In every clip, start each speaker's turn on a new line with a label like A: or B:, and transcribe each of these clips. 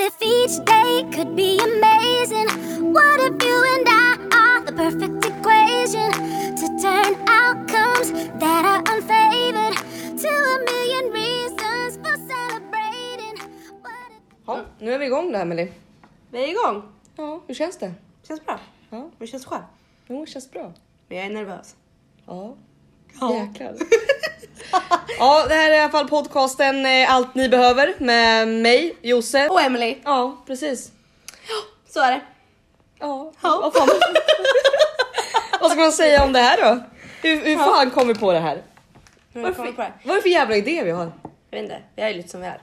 A: Each day could be amazing. What if you and I are the perfect equation to turn outcomes that are unfavored to a million reasons for celebrating? What if-
B: Ja, nu är vi igång då Emily.
C: Vi är igång.
B: Ja, hur känns det?
C: Känns bra.
B: Ja,
C: Det känns skönt.
B: jo, det känns bra.
C: Men jag är nervös.
B: Ja,
C: Ja.
B: jäklar. ja, det här är i alla fall podcasten eh, Allt ni behöver med mig, Josef.
C: Och Emily.
B: Ja, precis.
C: Så är det.
B: Ja,
C: Ja.
B: Vad, fan. vad ska man säga om det här då? Hur, hur fan kom vi på det här? Vad
C: Hur
B: är
C: har vi kommit på det?
B: för- vad är det för jävla idé vi har?
C: Jag vet inte. Vi är lite som vi är.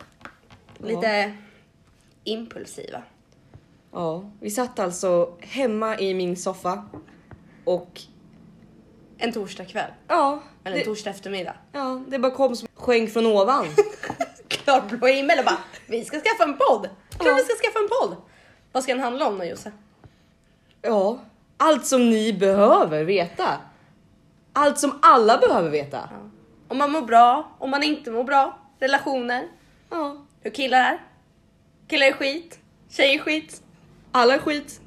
C: Lite impulsiva.
B: Ja, vi satt alltså hemma i min soffa och
C: En torsdag kväll.
B: ja,
C: Eller en
B: det,
C: torsdag eftermiddag.
B: ja, det bara kom som skänk från ovan.
C: Klarblå himmel och bara vi ska skaffa en podd. Klart vi ska skaffa en podd. Vad ska den handla om då Jose?
B: Ja, allt som ni behöver veta. Allt som alla behöver veta.
C: Ja. Om man mår bra, om man inte mår bra, relationer,
B: Ja,
C: hur killar är. Killar är skit, tjejer är skit.
B: alla är skit.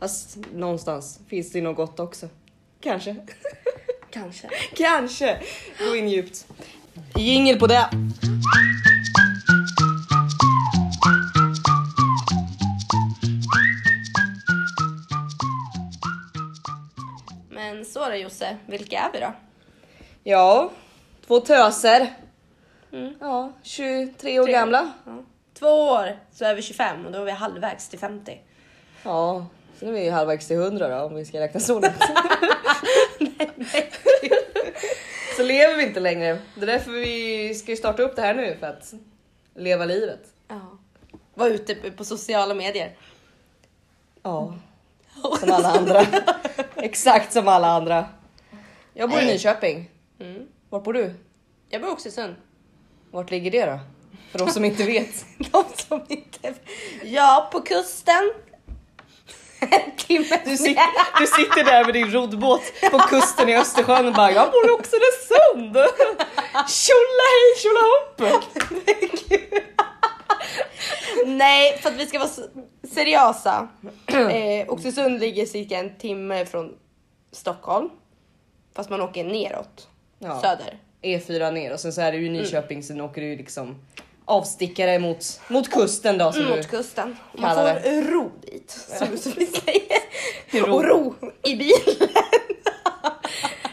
B: Fast någonstans finns det ju något gott också. Kanske.
C: Kanske.
B: Kanske. Gå in djupt. Jingel på det.
C: Men så är det Jose, vilka är vi då?
B: Ja, två töser.
C: Mm.
B: Ja, 23 år
C: Tre.
B: gamla.
C: Ja. Två år så är vi 25 och då är vi halvvägs till 50.
B: Ja, sen är vi ju halvvägs till 100 då om vi ska räkna så långt. så lever vi inte längre. Det är därför vi ska ju starta upp det här nu för att leva livet.
C: Ja. Var ute på- på sociala medier.
B: Ja, som alla andra. Exakt som alla andra. Jag bor i
C: Nej.
B: Nyköping.
C: Mm.
B: Var bor du?
C: Jag bor också i Sund.
B: Vart ligger det då? För de som inte vet.
C: De som inte... Ja, på kusten. En timme
B: Du sitter, du sitter där med din roddbåt på kusten i Östersjön och bara jag bor i Oxelösund. Tjolahej tjolahopp!
C: Nej, för att vi ska vara s- seriösa. Eh, Oxelösund ligger cirka en timme från Stockholm. Fast man åker neråt.
B: Ja.
C: Söder.
B: E4 E ner och sen så är det ju
C: Mm.
B: Nyköping sen åker du ju liksom avstickare mot, mot kusten då. Som
C: Mm, Mot
B: du,
C: kusten. Och Man
B: kallar
C: får ro dit, som som vi säger.
B: ro.
C: Och ro i bilen.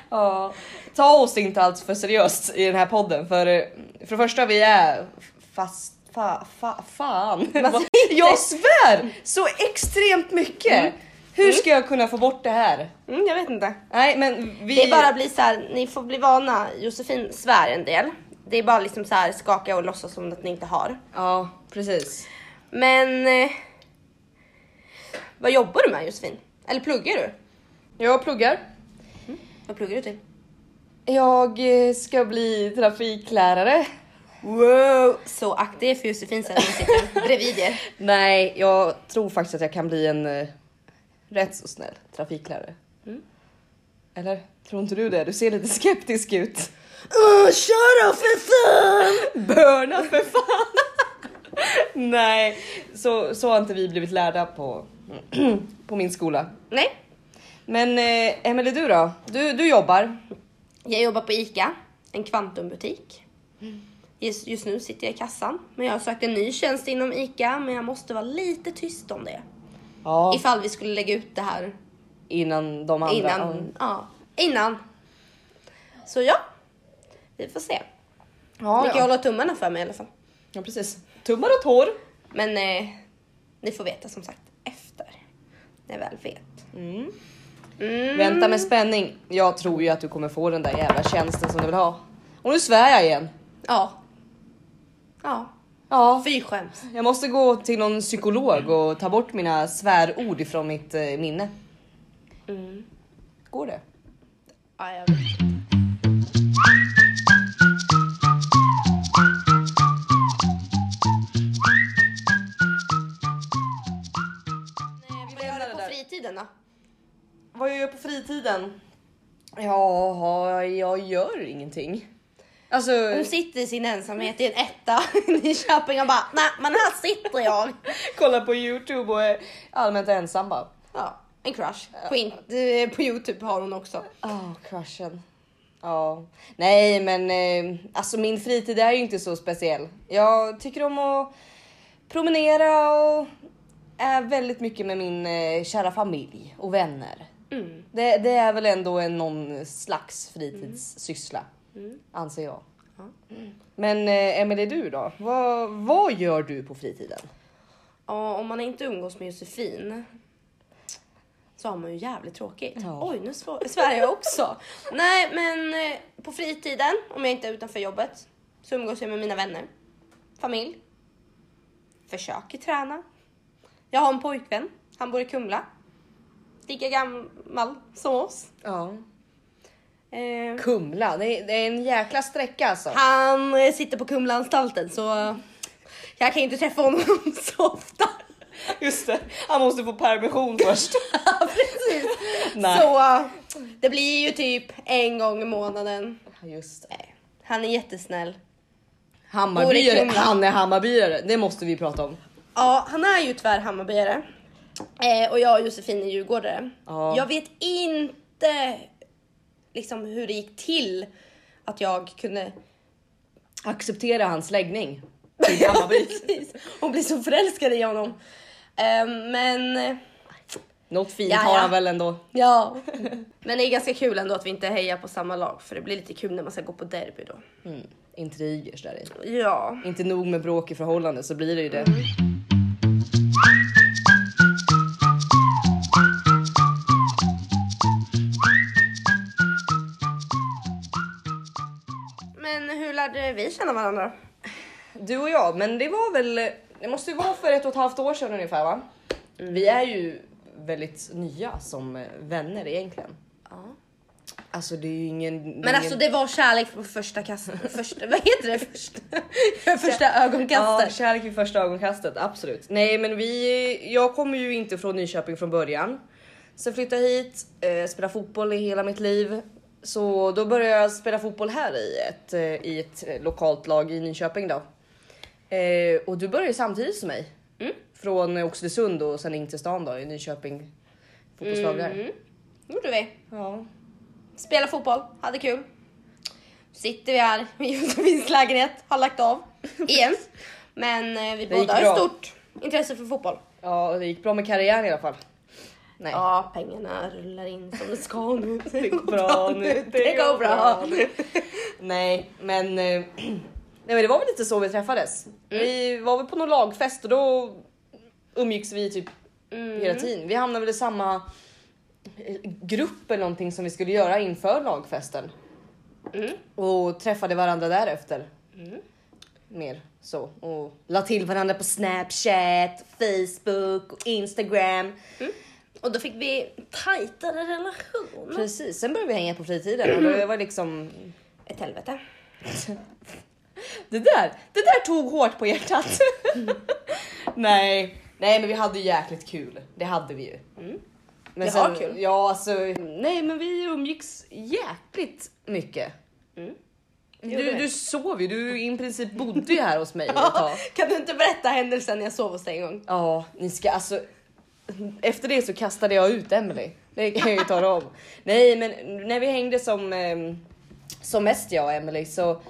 B: ja. Ta oss inte alls för seriöst i den här podden för eh, för det första vi är fast fa, fa, fan. Jag svär så extremt mycket. Hur ska jag kunna få bort det här?
C: Mm, jag vet inte.
B: Nej men vi...
C: Det är bara att bli så här, ni får bli vana. Josefin svär en del. Det är bara liksom så här skaka och låtsas som att ni inte har.
B: Ja precis.
C: Men... Eh, vad jobbar du med Josefin? Eller pluggar du?
B: Jag pluggar.
C: Vad pluggar du till?
B: Jag eh, ska bli trafiklärare.
C: Wow! Så aktiv för Josefin sen när hon sitter bredvid er.
B: Nej, jag tror faktiskt att jag kan bli en eh, rätt så snäll trafiklärare. Eller tror inte du det? Du ser lite skeptisk ut.
C: Uh, kör då för fan!
B: Börna för fan! Nej, så, så har inte vi blivit lärda på, på min skola.
C: Nej,
B: Men eh, Emelie, du då? Du, du jobbar.
C: jag jobbar på ICA, en kvantumbutik. Just, just nu sitter jag i kassan, men jag har sökt en ny tjänst inom ICA, men jag måste vara lite tyst om det.
B: Ja,
C: Ifall vi skulle lägga ut det här
B: innan de andra.
C: innan. Ja, innan. Så ja, vi får se.
B: Ja,
C: ni kan
B: ja.
C: hålla tummarna för mig i alla fall.
B: ja, precis. Tummar och tår.
C: Men eh, ni får veta som sagt efter. När jag väl vet. Mm.
B: Vänta med spänning. Jag tror ju att du kommer få den där jävla tjänsten som du vill ha. Och nu svär jag igen.
C: Ja. Ja.
B: Ja,
C: Fy skäms.
B: Jag måste gå till någon psykolog och ta bort mina svärord ifrån mitt eh, minne.
C: Mm.
B: Går det?
C: Ja, jag vet. Nej, Vad gör
B: lämnar
C: du
B: det
C: på
B: där.
C: fritiden då?
B: Vad jag gör på fritiden? Ja, jag gör ingenting. Alltså,
C: Hon sitter i sin ensamhet i en etta i Nyköping och bara nej men här sitter jag.
B: kolla på youtube och är allmänt ensam bara.
C: Ja, en crush. På, in- eh, på youtube har hon också.
B: Ja, Ah, crushen. Ja. Nej, men eh, alltså min fritid är ju inte så speciell. Jag tycker om att promenera och är väldigt mycket med min eh, kära familj och vänner. Det, det är väl ändå en, någon slags fritidssyssla, anser jag. Mm. Men eh, Emelie, du då? Vad, vad gör du på fritiden?
C: Ja, om man inte umgås med Josefin så har man ju jävligt tråkigt.
B: Ja.
C: Oj, nu svär svär jag också. Nej, men eh, på fritiden, om jag inte är utanför jobbet, så umgås jag med mina vänner, familj. Försöker träna. Jag har en pojkvän, han bor i Kumla. Lika gammal som oss.
B: Ja.
C: Eh,
B: Kumla, det är, det är en jäkla sträcka alltså.
C: han eh, sitter på Kumlaanstalten så jag kan ju inte träffa honom så ofta.
B: Just det, han måste få permission först.
C: Precis.
B: Nej.
C: Så eh, det blir ju typ en gång i månaden.
B: Just det.
C: Nej, Han är jättesnäll. Bor i
B: Hammarbyare,
C: Kumla.
B: han är hammarbyare, det måste vi prata om.
C: Ja, han är ju tyvärr Hammarbyare. Eh, och jag och Josefin är djurgårdare.
B: Ja.
C: Jag vet inte liksom hur det gick till att jag kunde...
B: Acceptera hans läggning. till Hammarby.
C: Precis. Och bli så förälskad i honom. Eh, men... eh,
B: Något fint
C: Ja,
B: har
C: ja.
B: han väl ändå.
C: Ja. men det är ganska kul ändå att vi inte hejar på samma lag för det blir lite kul när man ska gå på derby då.
B: Mm. Intrigers där i.
C: Ja.
B: Inte nog med bråk i förhållande så blir det ju det.
C: Men hur lärde vi känna varandra?
B: Du och jag, men det var väl, det måste ju vara för ett och ett halvt år sedan ungefär va? Vi är ju väldigt nya som eh, vänner egentligen.
C: Ja.
B: Alltså det är ju ingen...
C: Men
B: ingen...
C: alltså det var kärlek på första kastet. Första, vad heter det? Första, första
B: Ja,
C: ögonkastet.
B: kärlek vid första ögonkastet, absolut. Nej men vi, jag kommer ju inte från Nyköping från början. Sen flyttade jag hit, eh, spelade fotboll i hela mitt liv. Så då började jag spela fotboll här i ett, eh, i ett eh, lokalt lag i Nyköping då. Eh, och du började ju samtidigt som mig.
C: Mm.
B: Från eh, Oxelösund och sen in till stan då i Nyköping. Fotbollslag där.
C: Mm. gjorde vi.
B: Ja.
C: Spelade fotboll, hade kul. Sitter vi här i Josefins lägenhet, har lagt av igen. Men eh, vi
B: gick
C: båda har ett
B: bra.
C: stort intresse för fotboll.
B: ja, det gick bra med karriären i alla fall. Nej.
C: Ja, pengarna rullar in som det ska nu.
B: Det går bra nu.
C: Det går bra.
B: Nej, men, eh, nej, men det var väl lite så vi träffades. Vi var väl på någon lagfest och då umgicks vi typ hela tiden. Vi hamnade väl i samma eh, grupp eller någonting som vi skulle göra inför lagfesten
C: Mm.
B: och träffade varandra därefter. Mer så och la till varandra på Snapchat, Facebook och Instagram.
C: Och då fick vi tajtare relation.
B: Precis, sen började vi hänga på fritiden och det var liksom
C: Ett helvete.
B: Det där, det där tog hårt på hjärtat. nej, nej, men vi hade ju jäkligt kul. Det hade vi ju. Men
C: Vi har Mm. kul.
B: Ja, alltså, nej, men vi umgicks jäkligt mycket. Du,
C: Mm. gjorde vi.
B: du sov ju, du i princip bodde ju här hos mig ett tag.
C: Ja, kan du inte berätta händelsen jag sov hos dig en gång?
B: Ja, ni ska alltså. Efter det så kastade jag ut Emily. Det kan jag ju tala om. Nej, men när vi hängde som ehm, som mest jag och Emily så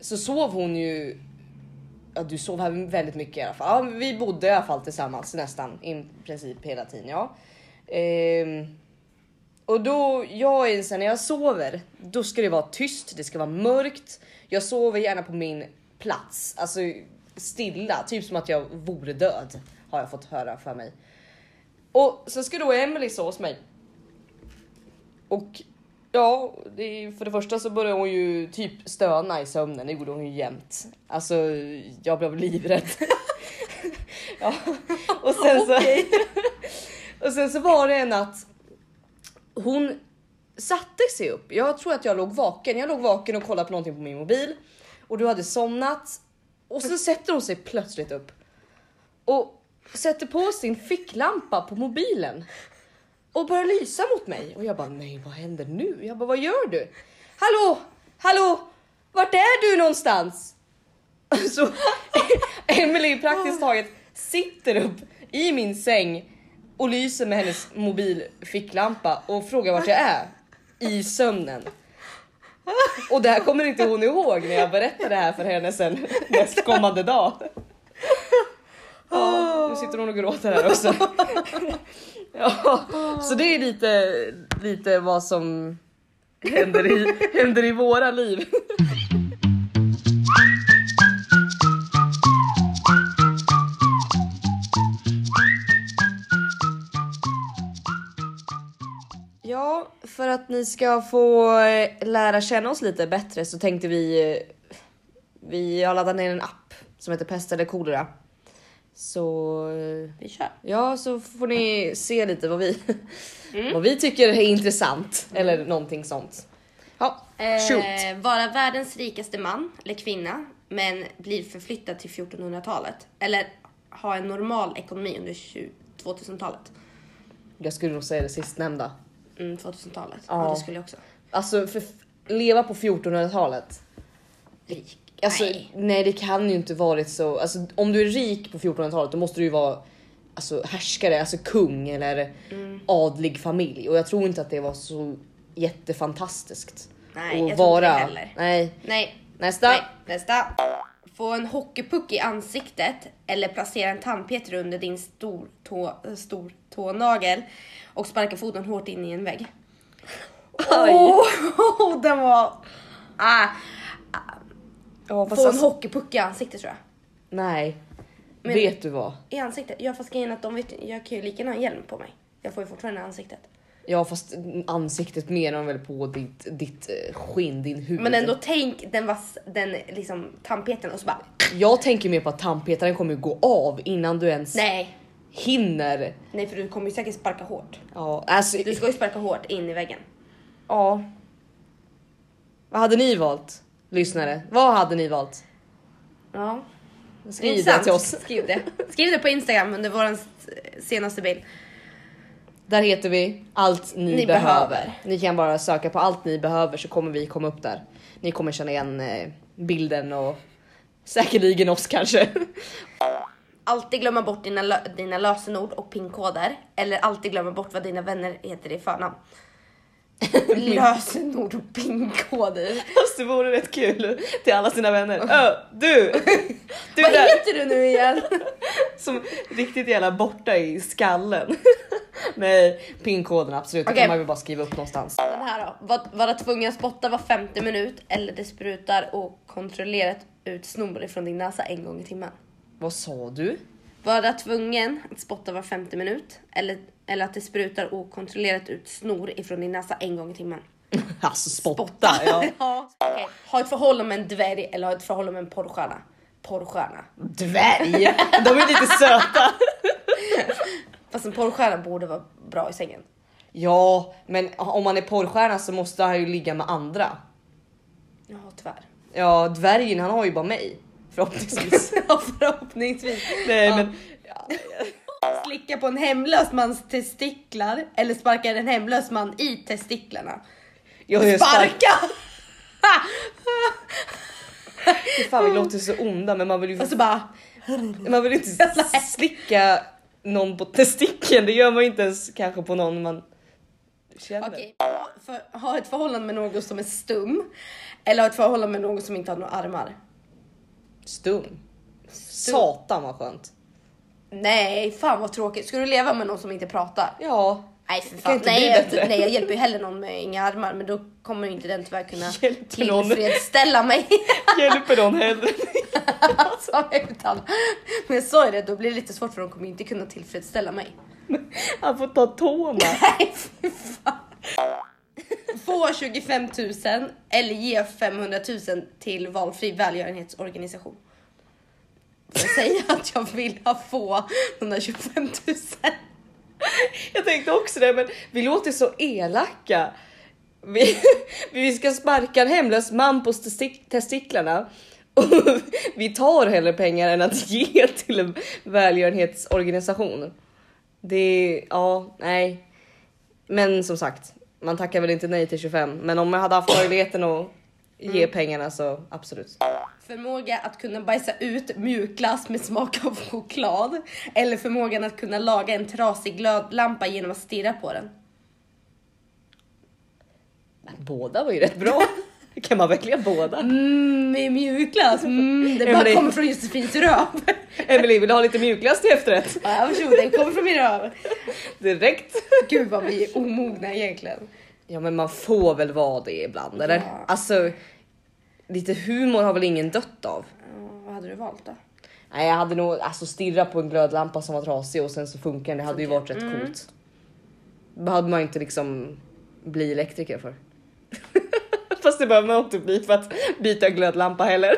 B: så sov hon ju. Ja, du sov här väldigt mycket i alla fall. Ja, vi bodde i alla fall tillsammans nästan i princip hela tiden. Ja. Ehm, och då, jag är sen när jag sover, då ska det vara tyst, det ska vara mörkt. Jag sover gärna på min plats, alltså stilla, typ som att jag vore död har jag fått höra för mig. Och så ska då Emily sova hos mig. Och ja, det är, för det första så började hon ju typ stöna i sömnen, det gjorde hon ju jämt. Alltså, jag blev livrädd. ja. Och sen så... och sen så var det en natt hon satte sig upp. Jag tror att jag låg vaken. Jag låg vaken och kollade på någonting på min mobil och du hade somnat och så sätter hon sig plötsligt upp och sätter på sin ficklampa på mobilen och börjar lysa mot mig och jag bara nej, vad händer nu? Jag bara vad gör du? Hallå, hallå, Vart är du någonstans? Så Emily praktiskt taget sitter upp i min säng och lyser med hennes mobilficklampa och frågar vart jag är i sömnen. Och det här kommer inte hon ihåg när jag berättar det här för henne sen nästkommande dag. Ja, nu sitter hon och gråter här också. Ja, så det är lite, lite vad som händer i, händer i våra liv. Ja, för att ni ska få eh, lära känna oss lite bättre så tänkte vi... eh, Vi har laddat ner en app som heter Pest eller kolera. Så... eh,
C: Vi kör.
B: Ja, så får ni se lite vad vi, vad vi tycker är intressant eller någonting sånt. Ja, shoot.
C: Eh, vara världens rikaste man eller kvinna men blir förflyttad till 1400-talet. Eller ha en normal ekonomi under 20- 2000-talet.
B: Jag skulle nog säga det sistnämnda.
C: Mm, 2000-talet.
B: Ja.
C: Ja. Det skulle jag också.
B: Alltså, för, leva på 1400-talet.
C: Rik.
B: Alltså, nej.
C: Nej.
B: det kan ju inte varit så. Alltså, om du är rik på 1400-talet då måste du ju vara alltså, härskare, alltså kung eller
C: Mm.
B: adlig familj. Och jag tror inte att det var så jättefantastiskt.
C: Nej,
B: att
C: jag tror inte det heller.
B: Nej.
C: Nej.
B: Nästa!
C: Nej. Nästa. Få en hockeypuck i ansiktet eller placera en tandpetare under din stor, tå, stor tånagel och sparka foten hårt in i en vägg.
B: Oj.
C: Åh, den var... Ah,
B: Ja, fast
C: få en
B: alltså-
C: hockeypuck i ansiktet tror jag.
B: Nej.
C: Men-
B: Vet du vad?
C: I ansiktet? Ja fast grejen är att de vet jag kan ju lika gärna ha hjälm på mig. Jag får ju fortfarande i ansiktet.
B: Ja fast ansiktet menar de väl på ditt, ditt eh, skinn, din hud.
C: Men ändå tänk den vass, den liksom tandpetaren och så bara
B: Jag tänker mer på att tandpetaren kommer ju gå av innan du ens
C: nej.
B: hinner.
C: Nej för du kommer ju säkert sparka hårt.
B: Ja, alltså,
C: Du ska ju sparka hårt in i väggen.
B: ja. Vad hade ni valt? Lyssnare, vad hade ni valt?
C: Ja.
B: Skriv det
C: Intressant.
B: till oss.
C: Skriv det. Skriv det på Instagram under vår senaste bild.
B: Där heter vi allt ni,
C: Ni
B: behöver.
C: behöver.
B: Ni kan bara söka på allt ni behöver så kommer vi komma upp där. Ni kommer känna igen eh, bilden och säkerligen oss kanske.
C: Alltid glömma bort dina, lö- dina lösenord och pinkoder. Eller alltid glömma bort vad dina vänner heter i förnamn. lösenord och pinkoder.
B: Fast det vore rätt kul till alla sina vänner. Ö, du! Du
C: Vad
B: där
C: heter du nu igen?
B: som riktigt jävla borta i skallen. Nej, pinkoden absolut. Det
C: Okej.
B: kan man väl bara skriva upp någonstans.
C: Den här då. Var, vara tvungen att spotta var femte minut eller det sprutar och kontrollerat ut snor ifrån din näsa en gång i timmen.
B: Vad sa du?
C: Vara tvungen att spotta var femte minut eller, eller att det sprutar okontrollerat ut snor ifrån din näsa en gång i timmen.
B: Alltså spotta. Ja.
C: Ja. Okej. Ha ett förhållande med en dvärg eller ha ett förhållande med en porrstjärna. Porrstjärna.
B: Dvärg! De är lite söta.
C: Fast en porrstjärna borde vara bra i sängen.
B: Ja, men om man är porrstjärna så måste han ju ligga med andra.
C: Ja tyvärr.
B: Ja, dvärgen han har ju bara mig. Förhoppningsvis.
C: Ja, Förhoppningsvis.
B: Nej men
C: Slicka på en hemlös mans testiklar eller sparka en hemlös man i testiklarna.
B: jag är stark.
C: Sparka!
B: Fy Fan vi låter så onda men man vill ju
C: Och så bara...
B: Man vill inte s- slicka någon på testikeln, det gör man ju inte ens kanske på någon man känner.
C: Okej. För, ha ett förhållande med någon som är stum. Eller ha ett förhållande med någon som inte har några armar.
B: Stum. Satan vad skönt.
C: Nej, fan vad tråkigt. Ska du leva med någon som inte pratar?
B: Ja,
C: Nej för
B: Kan
C: fan.
B: inte bli
C: Nej,
B: bättre.
C: jag, nej jag hjälper ju heller någon med inga armar men då kommer ju inte den tyvärr kunna
B: Hjälper någon.
C: tillfredsställa mig.
B: hjälper någon hellre.
C: alltså, utan. Men så är det, då blir det lite svårt för de kommer ju inte kunna tillfredsställa mig.
B: Han får ta tårna.
C: Nej fy fan. Få 25 000 eller ge 500 000 till valfri välgörenhetsorganisation. Jag säger att jag vill ha få de där 25 000.
B: Jag tänkte också det men vi låter så elaka. Vi, vi ska sparka en hemlös man på testik- testiklarna. Och vi tar hellre pengar än att ge till en välgörenhetsorganisation. Det, ja, nej. Men som sagt, man tackar väl inte nej till 25. Men om jag hade haft möjligheten att ge pengarna så absolut.
C: Förmåga att kunna bajsa ut mjukglass med smak av choklad. Eller förmågan att kunna laga en trasig glödlampa genom att stirra på den.
B: Men båda var ju rätt bra. kan man välja båda?
C: Mm, med mjukglass. Mm,
B: Ja,
C: det
B: men
C: bara
B: det-
C: kommer från Josefins röv.
B: Emelie vill du ha lite mjukglass till efterrätt?
C: Ja, varsågod, den kommer från min röv.
B: Direkt.
C: Gud vad vi är omogna egentligen.
B: Ja men man får väl vara det ibland eller?
C: Ja.
B: Alltså lite humor har väl ingen dött av?
C: Ja, Mm, vad hade du valt då?
B: Nej jag hade nog alltså stirra på en glödlampa som var trasig och sen så funkar den. Det hade ju varit rätt coolt. Behövde man ju inte liksom bli elektriker för. Fast det behöver man inte bli för att byta glödlampa heller.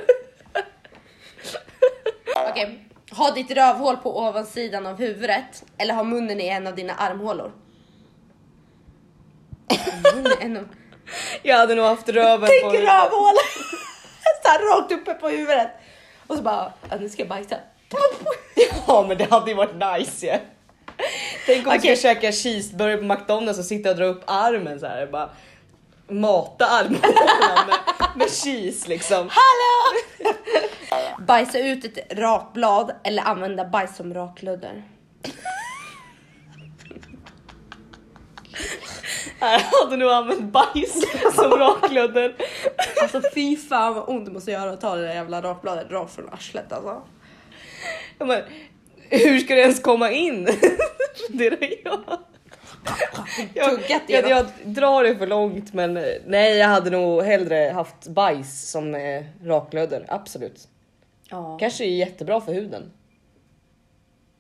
C: Okej, ha ditt rövhål på ovansidan av huvudet eller ha munnen i en av dina armhålor. Munnen i en av-
B: Jag hade nog haft röven
C: Tänk
B: på...
C: rövhål! Såhär rakt uppe på huvudet. Och så bara, ja, nu ska jag bajsa.
B: Ja men det hade ju varit nice ju. Tänk om
C: Okej.
B: du ska käka cheeseburgare på McDonalds och sitta och dra upp armen så här och bara mata armhålan med, med cheese liksom.
C: Hallå! Bajsa ut ett rakblad eller använda bajs som raklödder.
B: Här hade du använt bajs som raklödder.
C: Alltså fy fan vad ont det måste göra att ta det där jävla rakbladet rakt från arslet alltså.
B: Ja, Men, hur ska det ens komma in? Det är jag. Jag,
C: Tuggat
B: jag,
C: igenom.
B: jag drar det för långt men eh, nej jag hade nog hellre haft bajs som eh, raklödder, absolut.
C: Ja.
B: Kanske är jättebra för huden.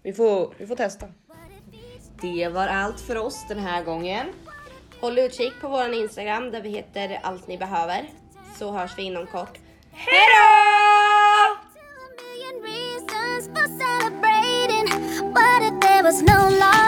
B: Vi får, vi får testa. Det var allt för oss den här gången.
C: Håll utkik på vår Instagram där vi heter allt ni behöver. Så hörs vi inom kort.
A: To a million reasons for celebrating. What if there was no law?